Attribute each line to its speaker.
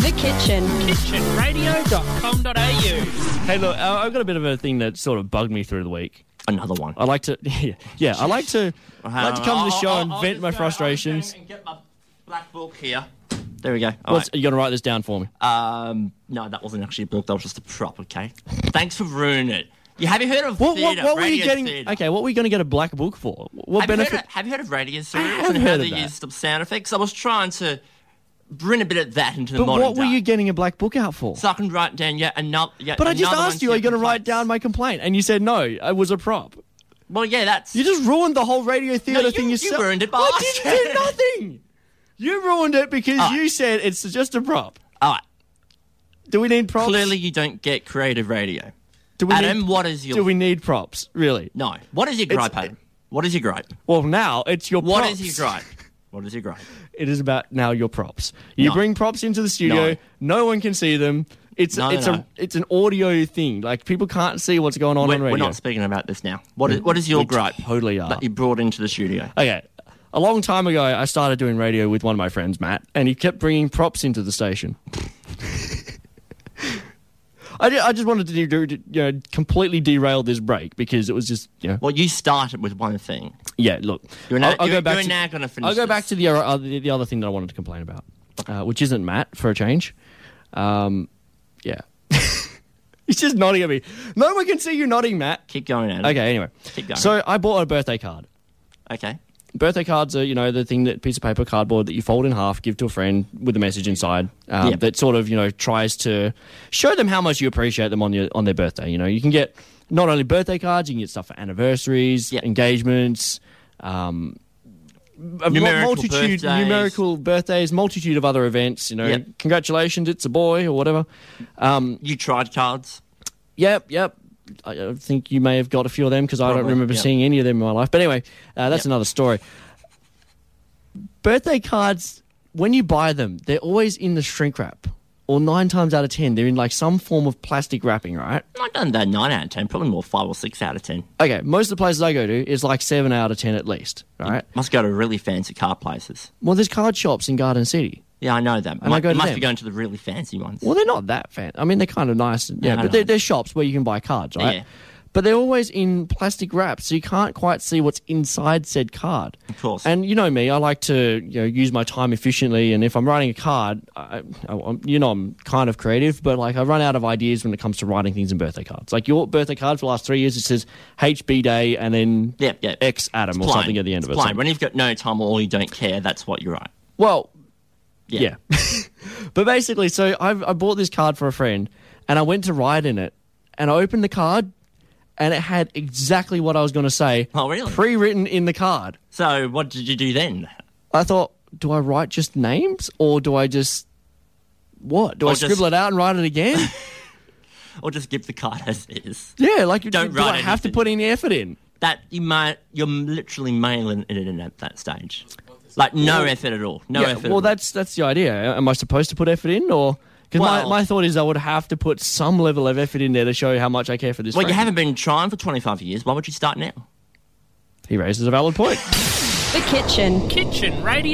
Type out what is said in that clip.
Speaker 1: The kitchen.
Speaker 2: kitchenradio.com.au.
Speaker 3: Hey, look, uh, I've got a bit of a thing that sort of bugged me through the week.
Speaker 4: Another one.
Speaker 3: I like to, yeah, yeah I like to,
Speaker 4: Uh-huh.
Speaker 3: I like to come to the show and vent my frustrations.
Speaker 4: Get my black book here. There we go. All
Speaker 3: What's, you going to write this down for me?
Speaker 4: right. Um, no, that wasn't actually a book. That was just a prop. Okay. Thanks for ruining it. You have you heard of
Speaker 3: What,
Speaker 4: theater,
Speaker 3: what, what were you
Speaker 4: radio
Speaker 3: getting?
Speaker 4: theater?
Speaker 3: Okay, what were you going to get a black book for? What
Speaker 4: Have you, heard
Speaker 3: benefit?
Speaker 4: of, have you heard of radio series
Speaker 3: have
Speaker 4: and how
Speaker 3: heard
Speaker 4: they
Speaker 3: of that.
Speaker 4: used some sound effects? I was trying to bring a bit of that into the
Speaker 3: but
Speaker 4: modern
Speaker 3: what were
Speaker 4: day.
Speaker 3: you getting a black book out for?
Speaker 4: So I can write down yet another. Yet
Speaker 3: But I just
Speaker 4: another one
Speaker 3: asked you, are you going to write
Speaker 4: complaints.
Speaker 3: down my complaint? And you said no, it was a prop.
Speaker 4: Well, yeah, that's.
Speaker 3: You just ruined the whole radio theatre
Speaker 4: you-
Speaker 3: thing
Speaker 4: you
Speaker 3: yourself.
Speaker 4: ruined it by
Speaker 3: I didn't do
Speaker 4: asking. Ah.
Speaker 3: nothing. You ruined it because
Speaker 4: Alright.
Speaker 3: you said it's just a prop.
Speaker 4: All right.
Speaker 3: Do we need props?
Speaker 4: Clearly, you don't get creative radio.
Speaker 3: do we
Speaker 4: Adam,
Speaker 3: need,
Speaker 4: what is your.
Speaker 3: do we need props? Really?
Speaker 4: No. What is your
Speaker 3: It's-
Speaker 4: gripe, Adam? What is your gripe?
Speaker 3: Well, now it's your
Speaker 4: What
Speaker 3: props.
Speaker 4: is your gripe? What is your gripe?
Speaker 3: It is about now your props. You
Speaker 4: No.
Speaker 3: bring props into the studio. No, one can see them. It's
Speaker 4: No, no,
Speaker 3: it's
Speaker 4: no.
Speaker 3: a it's an audio thing. Like people can't see what's going on
Speaker 4: We're,
Speaker 3: on
Speaker 4: we're
Speaker 3: radio.
Speaker 4: not speaking about this now. What is, what is your
Speaker 3: We
Speaker 4: gripe
Speaker 3: Totally are.
Speaker 4: that you brought into the studio?
Speaker 3: Okay. A long time ago, I started doing radio with one of my friends, Matt, and he kept bringing props into the station. I, ju- I just wanted to do, do- do- you know, completely derail this break because it was just, you know,
Speaker 4: Well, you started with one thing.
Speaker 3: yeah, look.
Speaker 4: You're now,
Speaker 3: I'll, I'll
Speaker 4: you're,
Speaker 3: go back
Speaker 4: you're
Speaker 3: to,
Speaker 4: now going to finish.
Speaker 3: I'll go
Speaker 4: this.
Speaker 3: back to the, other- the, the other thing that I wanted to complain about, uh, which isn't Matt for a change. Um, yeah. He's just nodding at me. No one can see you nodding, Matt.
Speaker 4: Keep going, Adam.
Speaker 3: Okay, anyway.
Speaker 4: Hmm. Keep going.
Speaker 3: So I bought a birthday card.
Speaker 4: Okay.
Speaker 3: birthday cards are you know the thing that piece of paper cardboard that you fold in half give to a friend with a message inside um,
Speaker 4: Yeah.
Speaker 3: that sort of you know tries to show them how much you appreciate them on your on their birthday you know you can get not only birthday cards you can get stuff for anniversaries
Speaker 4: Yeah.
Speaker 3: engagements um a mu-
Speaker 4: Numerical
Speaker 3: multitude
Speaker 4: birthdays.
Speaker 3: numerical birthdays multitude of other events you know
Speaker 4: Yep.
Speaker 3: congratulations it's a boy or whatever
Speaker 4: You tried cards.
Speaker 3: Yep, yep. I I think you may have got a few of them because I don't
Speaker 4: Probably,
Speaker 3: remember
Speaker 4: yep.
Speaker 3: seeing any of them in my life. But anyway, uh, that's
Speaker 4: Yep.
Speaker 3: another story. Birthday cards, when you buy them, they're always in the shrink wrap, or nine times out of ten, they're in like some form of plastic wrapping, right?
Speaker 4: I've done that nine out of ten, probably more five or six out of ten.
Speaker 3: Okay, most of the places I go to is like seven out of ten at least, right?
Speaker 4: Must go to really fancy car places.
Speaker 3: Well, there's card shops in Garden City.
Speaker 4: Yeah, I know that.
Speaker 3: I
Speaker 4: Must-
Speaker 3: go to
Speaker 4: must
Speaker 3: them.
Speaker 4: be going to the really fancy ones.
Speaker 3: Well, they're not that fan. I mean, they're kind of nice, yeah,
Speaker 4: I know.
Speaker 3: but they're, they're shops where you can buy cards, right?
Speaker 4: Yeah.
Speaker 3: But they're always in plastic wrap, so you can't quite see what's inside said card.
Speaker 4: Of course.
Speaker 3: And you know me, I like to you know use my time efficiently. And if I'm writing a card, I, I, I'm- you know I'm kind of creative, but like I run out of ideas when it comes to writing things in birthday cards. Like your birthday card for the last three years, it says HB Day and then
Speaker 4: Yep, yep.
Speaker 3: X Adam or
Speaker 4: Blind.
Speaker 3: something at the end of
Speaker 4: It's
Speaker 3: it.
Speaker 4: blind. When you've got no time or you don't care, that's what you write.
Speaker 3: Well,
Speaker 4: Yeah.
Speaker 3: yeah. but basically, so I've, I bought this card for a friend and I went to write in it and I opened the card and it had exactly what I was going to say
Speaker 4: Oh, really?
Speaker 3: pre written in the card.
Speaker 4: So what did you do then?
Speaker 3: I thought, do I write just names or do I just. What? Do
Speaker 4: Or
Speaker 3: I
Speaker 4: just-
Speaker 3: scribble it out and write it again?
Speaker 4: Or just give the card as is?
Speaker 3: yeah, like you
Speaker 4: Don't
Speaker 3: do
Speaker 4: write
Speaker 3: I have to
Speaker 4: anything.
Speaker 3: put any effort in?
Speaker 4: That you might you're literally mailing it in at that stage. Like no effort at all. No
Speaker 3: Yeah,
Speaker 4: effort.
Speaker 3: well,
Speaker 4: at all.
Speaker 3: that's that's the idea. Am I supposed to put effort in or. Because
Speaker 4: Well-
Speaker 3: my, my thought is I would have to put some level of effort in there to show how much I care for this.
Speaker 4: well, you
Speaker 3: friend.
Speaker 4: haven't been trying for 25 years. Why would you start now?
Speaker 3: He raises a valid point.
Speaker 1: The kitchen.
Speaker 2: Kitchenradio.com.au.